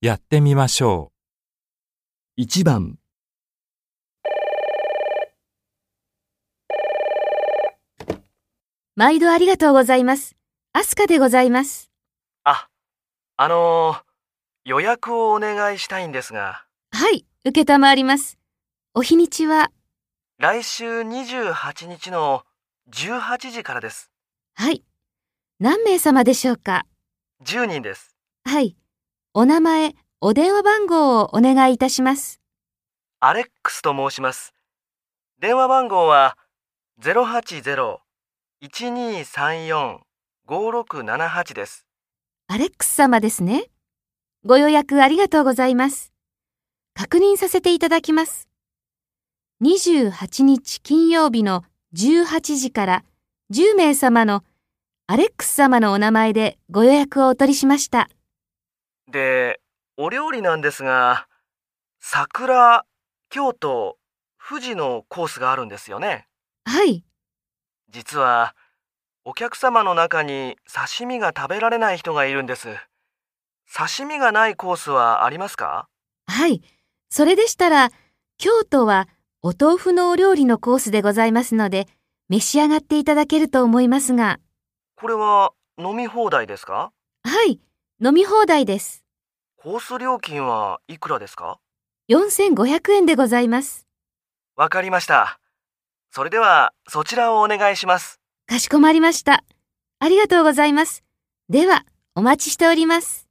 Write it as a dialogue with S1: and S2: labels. S1: やってみましょ
S2: 1番、
S3: 毎度ありがとうございます。アスカでございます。
S4: あ、あのー予約をお願いしたいんですが、
S3: はい、受けたまわります。お日にちは、
S4: 来週28日の18時からです。
S3: はい。何名様でしょうか
S4: 10人です。
S3: はい。お名前、お電話番号をお願いいたします。
S4: アレックスと申します。電話番号は080-1234-5678です。
S3: アレックス様ですね。ご予約ありがとうございます。確認させていただきます。28日金曜日の18時から10名様のアレックス様のお名前でご予約をお取りしました。
S4: で、お料理なんですが、桜、京都、富士のコースがあるんですよね。
S3: はい。
S4: 実は、お客様の中に刺身が食べられない人がいるんです。刺身がないコースはありますか
S3: はい。それでしたら、京都はお豆腐のお料理のコースでございますので、召し上がっていただけると思いますが、
S4: これは飲み放題ですか
S3: はい。飲み放題です。
S4: コース料金はいくらですか
S3: 4500円でございます。
S4: わかりました。それでは、そちらをお願いします。
S3: かしこまりました。ありがとうございます。では、お待ちしております。